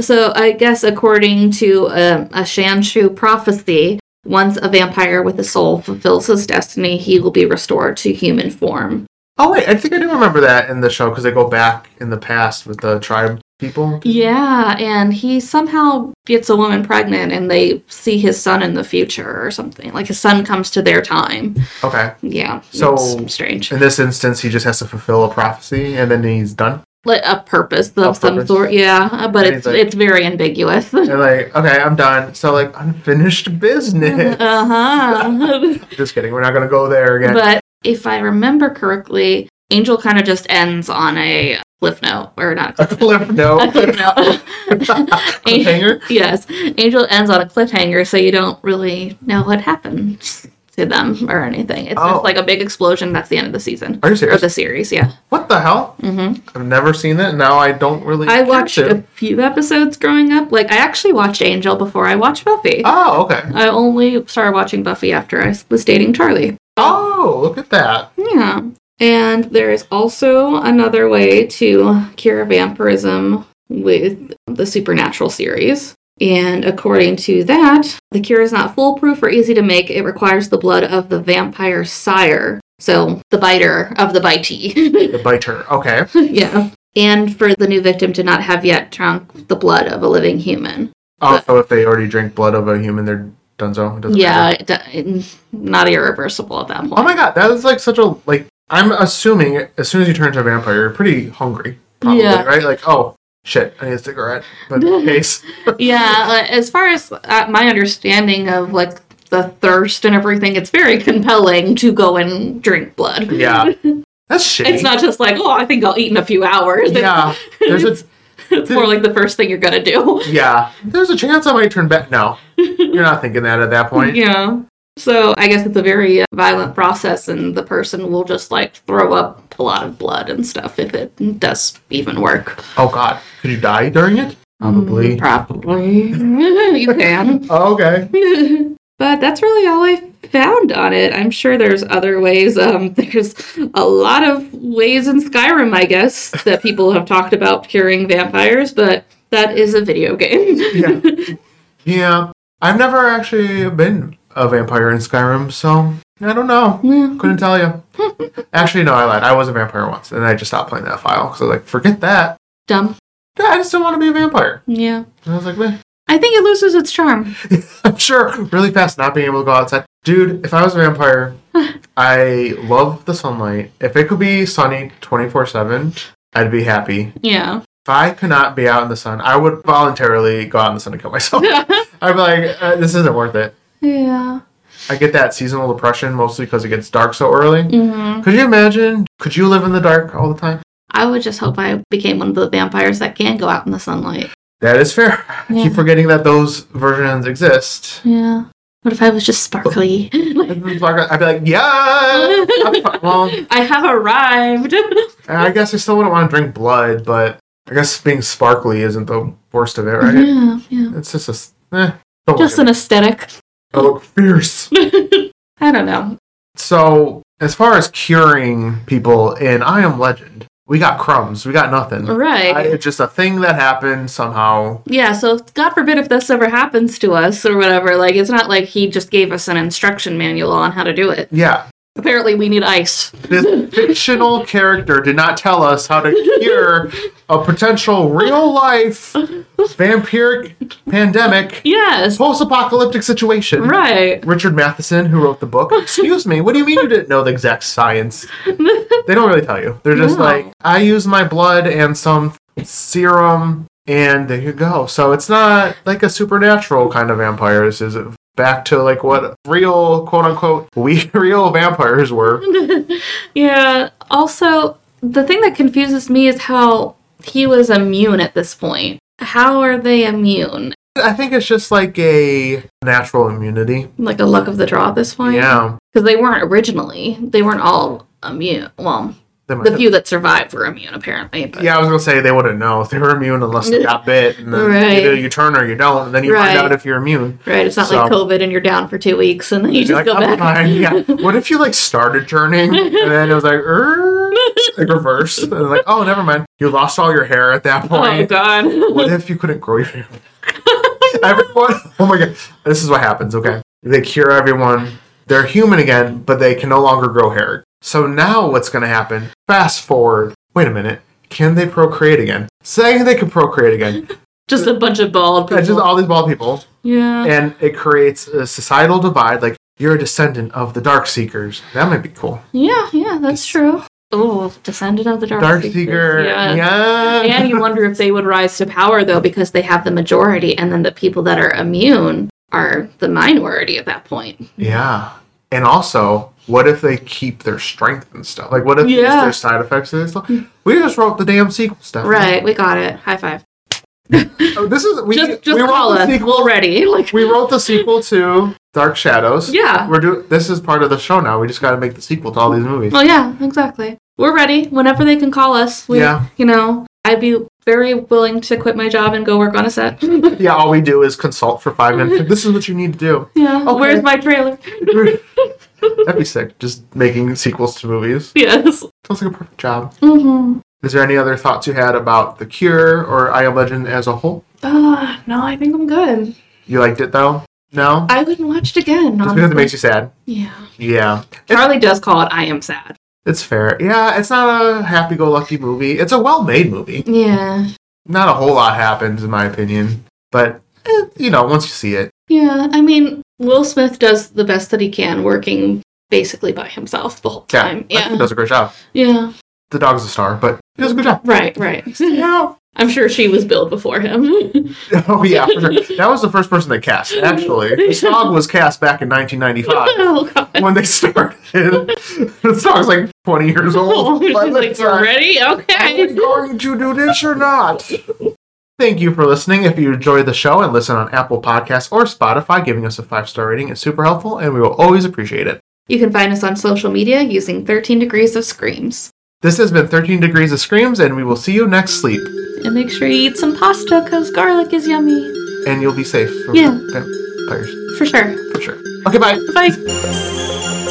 Speaker 3: So I guess according to um, a Shanshu prophecy, once a vampire with a soul fulfills his destiny, he will be restored to human form.
Speaker 2: Oh wait, I think I do remember that in the show because they go back in the past with the tribe people.
Speaker 3: Yeah, and he somehow gets a woman pregnant, and they see his son in the future or something. Like his son comes to their time.
Speaker 2: Okay.
Speaker 3: Yeah,
Speaker 2: So- uh,
Speaker 3: it's strange.
Speaker 2: In this instance, he just has to fulfill a prophecy and then he's done.
Speaker 3: Like a purpose of
Speaker 2: A
Speaker 3: some
Speaker 2: purpose.
Speaker 3: sort. Yeah, but it's
Speaker 2: Anything.
Speaker 3: it's very ambiguous. uh
Speaker 2: And like, okay, I'm done. So like, unfinished business.
Speaker 3: huh.
Speaker 2: just kidding. We're not gonna go there again.
Speaker 3: But if I remember correctly, Angel kind of just ends on a cliff note, or not
Speaker 2: a cliff
Speaker 3: a
Speaker 2: note.
Speaker 3: cliff note.
Speaker 2: Cliffhanger?
Speaker 3: yes, Angel ends on a cliffhanger, so you don't really know what happens to them or anything. It's
Speaker 2: Oh.
Speaker 3: just like a big explosion. That's the end of the season
Speaker 2: Are you
Speaker 3: or
Speaker 2: serious?
Speaker 3: the series. Yeah,
Speaker 2: what the hell?
Speaker 3: hmm
Speaker 2: I've never seen it. Now I don't really.
Speaker 3: I
Speaker 2: catch
Speaker 3: watched
Speaker 2: it.
Speaker 3: a few episodes growing up. Like I actually watched Angel before I watched Buffy.
Speaker 2: Oh, okay.
Speaker 3: I only started watching Buffy after I was dating Charlie.
Speaker 2: Oh, look at that.
Speaker 3: Yeah. And there is also another way to cure vampirism with the supernatural series. And according to that, the cure is not foolproof or easy to make. It requires the blood of the vampire sire. So the biter of the bitee.
Speaker 2: The biter. Okay.
Speaker 3: yeah. And for the new victim to not have yet drunk the blood of a living human.
Speaker 2: Also, Oh, if they already drink blood of a human, they're donezo. It doesn't
Speaker 3: yeah,
Speaker 2: matter.
Speaker 3: it, it- not irreversible at that point.
Speaker 2: Oh my god, that is like such a like. I'm assuming as soon as you turn into a vampire, you're pretty hungry. Probably,
Speaker 3: Yeah.
Speaker 2: Right. Like, oh shit, I need a cigarette. But in case.
Speaker 3: yeah like, as far as uh, my understanding of like the thirst and everything it's very compelling to go and drink blood
Speaker 2: Yeah. That's shitty.
Speaker 3: it's not just like oh i think i'll eat in a few hours
Speaker 2: Yeah. There's a
Speaker 3: it's more like the first thing you're gonna do
Speaker 2: yeah. There's a chance I might turn back. No, you're not thinking that at that point.
Speaker 3: yeah so i guess it's a very uh, violent process and the person will just like throw up a lot of blood and stuff if it does even work
Speaker 2: Oh god, could you die during it? Probably.
Speaker 3: Mm. probably you can
Speaker 2: Oh, okay.
Speaker 3: but that's really all I found on it. I'm sure there's other ways. Um, there's a lot of ways in Skyrim, I guess, that people have talked about curing vampires, but that is a video game.
Speaker 2: Yeah. Yeah. I've never actually been a vampire in Skyrim, so I don't know.
Speaker 3: Yeah.
Speaker 2: Couldn't tell you. Actually, no, I lied. I was a vampire once, and I just stopped playing that file because I was like, forget that.
Speaker 3: Dumb.
Speaker 2: Yeah, I just don't want to be a vampire.
Speaker 3: Yeah.
Speaker 2: And I was like, meh.
Speaker 3: I think it loses its charm.
Speaker 2: I'm sure really fast not being able to go outside. Dude, if I was a vampire, I love the sunlight. If it could be sunny 24 7, I'd be happy.
Speaker 3: Yeah.
Speaker 2: If I could not be out in the sun, I would voluntarily go out in the sun and kill myself. I'd be like, uh, this isn't worth it.
Speaker 3: yeah.
Speaker 2: I get that seasonal depression mostly because it gets dark so early.
Speaker 3: hmm
Speaker 2: Could you imagine? Could you live in the dark all the time?
Speaker 3: I would just hope I became one of the vampires that can go out in the sunlight.
Speaker 2: That is fair. I
Speaker 3: Yeah.
Speaker 2: keep forgetting that those versions exist.
Speaker 3: Yeah. What if I was just sparkly?
Speaker 2: I'd be like, yeah. I'm fi- well,
Speaker 3: I have arrived.
Speaker 2: I guess I still wouldn't want to drink blood, but I guess being sparkly isn't the worst of it, right?
Speaker 3: Yeah. Yeah.
Speaker 2: It's just a. s- Eh, don't
Speaker 3: Mm-hmm. Just
Speaker 2: look
Speaker 3: an aesthetic.
Speaker 2: at me. I look fierce.
Speaker 3: I don't know.
Speaker 2: So, as far as curing people in I Am Legend, we got crumbs. We got nothing.
Speaker 3: Right.
Speaker 2: I- it's just a thing that happened somehow.
Speaker 3: yeah, so if- God forbid if this ever happens to us or whatever, like it's not like he just gave us an instruction manual on how to do it.
Speaker 2: Yeah.
Speaker 3: Apparently, we need ice.
Speaker 2: This fictional character did not tell us how to cure a potential real life vampiric pandemic
Speaker 3: Yes.
Speaker 2: post apocalyptic situation.
Speaker 3: Right.
Speaker 2: Richard Matheson, who wrote the book, excuse me, what do you mean you didn't know the exact science? They don't really tell you. They're just
Speaker 3: No.
Speaker 2: like, I use my blood and some serum, and there you go. So it's not like a supernatural kind of vampire. This is back to like what real, quote unquote, we real vampires were.
Speaker 3: yeah. Also, the thing that confuses me is how he was immune at this point. How are they immune?
Speaker 2: I think it's just like a natural immunity.
Speaker 3: Like a luck of the draw at this point?
Speaker 2: Yeah.
Speaker 3: Because they weren't originally. They weren't all immune. Well,
Speaker 2: They might
Speaker 3: the few that survived were immune, apparently. But
Speaker 2: Yeah, I was gonna say they wouldn't know if they were immune unless they got bit, and then
Speaker 3: Right.
Speaker 2: either you turn or you don't, and then you
Speaker 3: Right.
Speaker 2: find out if you're immune.
Speaker 3: Right, it's not like
Speaker 2: So-
Speaker 3: COVID and you're down for two weeks and then you just
Speaker 2: You're like,
Speaker 3: go
Speaker 2: "I'm
Speaker 3: back.
Speaker 2: fine." Yeah. What if you like started turning and then it was like, "Er," like reverse, and then, like, oh, never mind. You lost all your hair at that
Speaker 3: Oh
Speaker 2: point.
Speaker 3: god.
Speaker 2: what if you couldn't grow your hair? everyone, oh my god, this is what happens. Okay, they cure everyone. They're human again, but they can no longer grow hair. So now what's going to happen? Fast forward. Wait a minute. Can they procreate again? Saying they can procreate again.
Speaker 3: just a bunch of bald people.
Speaker 2: It's just all these bald people,
Speaker 3: yeah.
Speaker 2: and it creates a societal divide. Like you're a descendant of the Dark Seekers. That might be cool.
Speaker 3: yeah, yeah, that's true. Oh, descendant of the dark,
Speaker 2: Dark
Speaker 3: Seekers,
Speaker 2: Seeker.
Speaker 3: Yeah.
Speaker 2: Yeah.
Speaker 3: And you wonder if they would rise to power though, because they have the majority, and then the people that are immune are the minority at that point.
Speaker 2: Yeah. And also, what if they keep their strength and stuff? Like, what if
Speaker 3: Yeah.
Speaker 2: their side effects and stuff? We just wrote the damn sequel stuff.
Speaker 3: Right, we got it. High five.
Speaker 2: Oh, this is we
Speaker 3: just just
Speaker 2: we wrote
Speaker 3: call
Speaker 2: the
Speaker 3: us
Speaker 2: sequel.
Speaker 3: already. Like
Speaker 2: We wrote the sequel to Dark Shadows.
Speaker 3: Yeah.
Speaker 2: We're doing this is part of the show now. We just got to make the sequel to all these movies.
Speaker 3: Well, yeah, exactly. We're ready whenever they can call us. We,
Speaker 2: Yeah.
Speaker 3: You know, I'd be very willing to quit my job and go work on a set.
Speaker 2: Yeah, all we do is consult for five minutes. this is what you need to do.
Speaker 3: yeah.
Speaker 2: Okay.
Speaker 3: Oh, Where's my trailer?
Speaker 2: That'd be sick. Just making sequels to movies.
Speaker 3: yes.
Speaker 2: Sounds like a perfect job.
Speaker 3: Mm-hmm.
Speaker 2: Is there any other thoughts you had about The Cure or I Am Legend as a whole?
Speaker 3: Uh, no, I think I'm good.
Speaker 2: You liked it though? No?
Speaker 3: I wouldn't watch it again.
Speaker 2: Just because it
Speaker 3: honestly.
Speaker 2: makes you sad.
Speaker 3: yeah.
Speaker 2: Yeah,
Speaker 3: Charlie does call it I Am Sad.
Speaker 2: it's fair. Yeah, it's not a happy-go-lucky movie. It's a well-made movie.
Speaker 3: Yeah.
Speaker 2: Not a whole lot happens, in my opinion. But eh, you know, once you see it,
Speaker 3: Yeah. I mean, Will Smith does the best that he can working basically by himself the whole
Speaker 2: yeah,
Speaker 3: time.
Speaker 2: I think it does a great job.
Speaker 3: yeah.
Speaker 2: The dog's a star, but it does a good job.
Speaker 3: Right, right.
Speaker 2: Yeah.
Speaker 3: I'm sure she was billed before him.
Speaker 2: Oh yeah, for sure. That was the first person they cast. Actually, this dog was cast back in 1995
Speaker 3: oh, God.
Speaker 2: when they started. this dog's like 20 years
Speaker 3: Oh,
Speaker 2: old.
Speaker 3: she's
Speaker 2: by the
Speaker 3: like,
Speaker 2: time-
Speaker 3: we're ready?
Speaker 2: Are we
Speaker 3: Okay.
Speaker 2: going to do this or not? Thank you for listening. If you enjoyed the show and listen on Apple Podcasts or Spotify, giving us a five star rating is super helpful and we will always appreciate it.
Speaker 3: You can find us on social media using 13 Degrees of Screams.
Speaker 2: This has been 13 Degrees of Screams, and we will see you next sleep.
Speaker 3: And make sure you eat some pasta because garlic is yummy.
Speaker 2: And you'll be safe from
Speaker 3: Yeah.
Speaker 2: vampires,
Speaker 3: For sure.
Speaker 2: for sure. Okay, bye.
Speaker 3: Bye.